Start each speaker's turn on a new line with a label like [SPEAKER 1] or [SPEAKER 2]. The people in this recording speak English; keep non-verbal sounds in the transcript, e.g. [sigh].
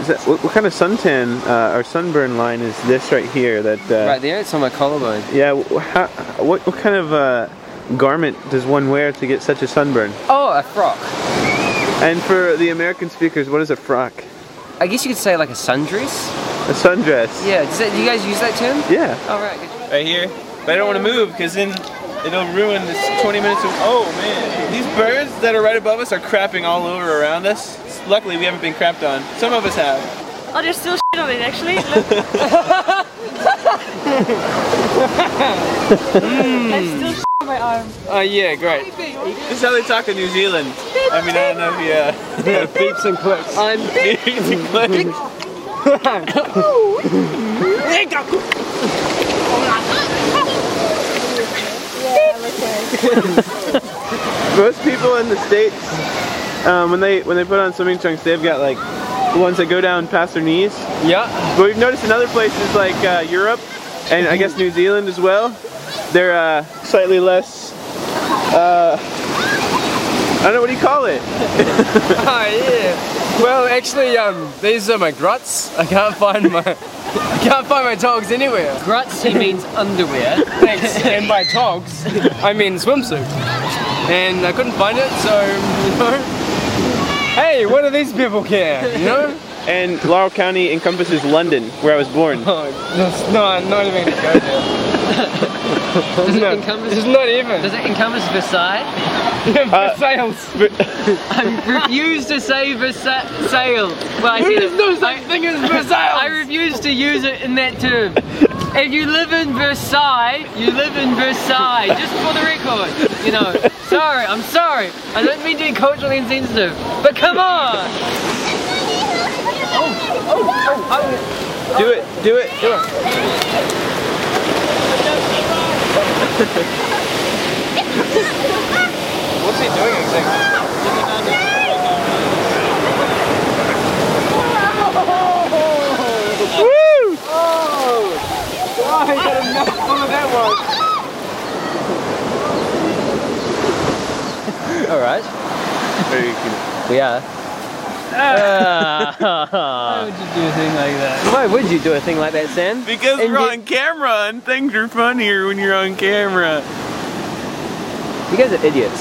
[SPEAKER 1] Is that, what, what kind of suntan uh, or sunburn line is this right here? That uh,
[SPEAKER 2] Right there, it's on my collarbone.
[SPEAKER 1] yeah. wh- How, what what kind of uh, garment does one wear to get such a sunburn?
[SPEAKER 2] Oh, a frock.
[SPEAKER 1] And for the American speakers, what is a frock?
[SPEAKER 2] I guess you could say like a sundress.
[SPEAKER 1] A sundress.
[SPEAKER 2] Yeah, does that, do you guys use that term?
[SPEAKER 1] Yeah.
[SPEAKER 2] All right. good.
[SPEAKER 3] right here. But I don't want to move because then it'll ruin this 20 minutes of. Oh man, these birds that are right above us are crapping all over around us. Luckily, we haven't been crapped on. Some of us have.
[SPEAKER 4] Oh, there's still shit on it actually. Look. There's still shit on my arm.
[SPEAKER 2] Oh, yeah, great.
[SPEAKER 3] This is how they talk in New Zealand. I mean, I don't know if yeah.
[SPEAKER 2] Beeps and clicks. I'm
[SPEAKER 1] Most people in the states, um, when they when they put on swimming trunks, they've got like the ones that go down past their knees.
[SPEAKER 2] Yeah. [laughs]
[SPEAKER 1] But we've noticed in other places like uh, Europe and I guess New Zealand as well, they're uh, slightly less. Uh, I don't know what do you call it.
[SPEAKER 2] Oh, yeah. Well, actually, um, these are my gruts. I can't find my, I can't find my togs anywhere.
[SPEAKER 5] Gruts, he means underwear.
[SPEAKER 2] Thanks. and by togs, I mean swimsuit. And I couldn't find it, so [laughs] you know. Hey, what do these people care? You know?
[SPEAKER 1] And Laurel County encompasses London, where I was born.
[SPEAKER 2] [laughs] Oh, that's- no, I'm not even gonna go there.
[SPEAKER 5] Does it
[SPEAKER 2] [laughs] No,
[SPEAKER 5] encompass?
[SPEAKER 2] it's not even. Uh,
[SPEAKER 5] Does it encompass
[SPEAKER 2] [laughs]
[SPEAKER 5] Versailles?
[SPEAKER 2] Sales.
[SPEAKER 5] I refuse to say Versailles. Well, I said
[SPEAKER 2] There's
[SPEAKER 5] it.
[SPEAKER 2] no such thing as
[SPEAKER 5] I
[SPEAKER 2] Versailles.
[SPEAKER 5] refuse to use it in that term. If you live in Versailles, you live in Versailles. Just for the record, you know. Sorry, I'm sorry. I don't mean to be culturally insensitive, but come on.
[SPEAKER 4] Oh,
[SPEAKER 1] Do it, do it.
[SPEAKER 3] What's he doing exactly?
[SPEAKER 5] All right. We are. Why would you do a thing like that? Why would you do a thing like that, Sam?
[SPEAKER 3] Because
[SPEAKER 5] And
[SPEAKER 3] we're
[SPEAKER 5] you-
[SPEAKER 3] on camera and things are funnier when you're on camera.
[SPEAKER 5] You guys are idiots.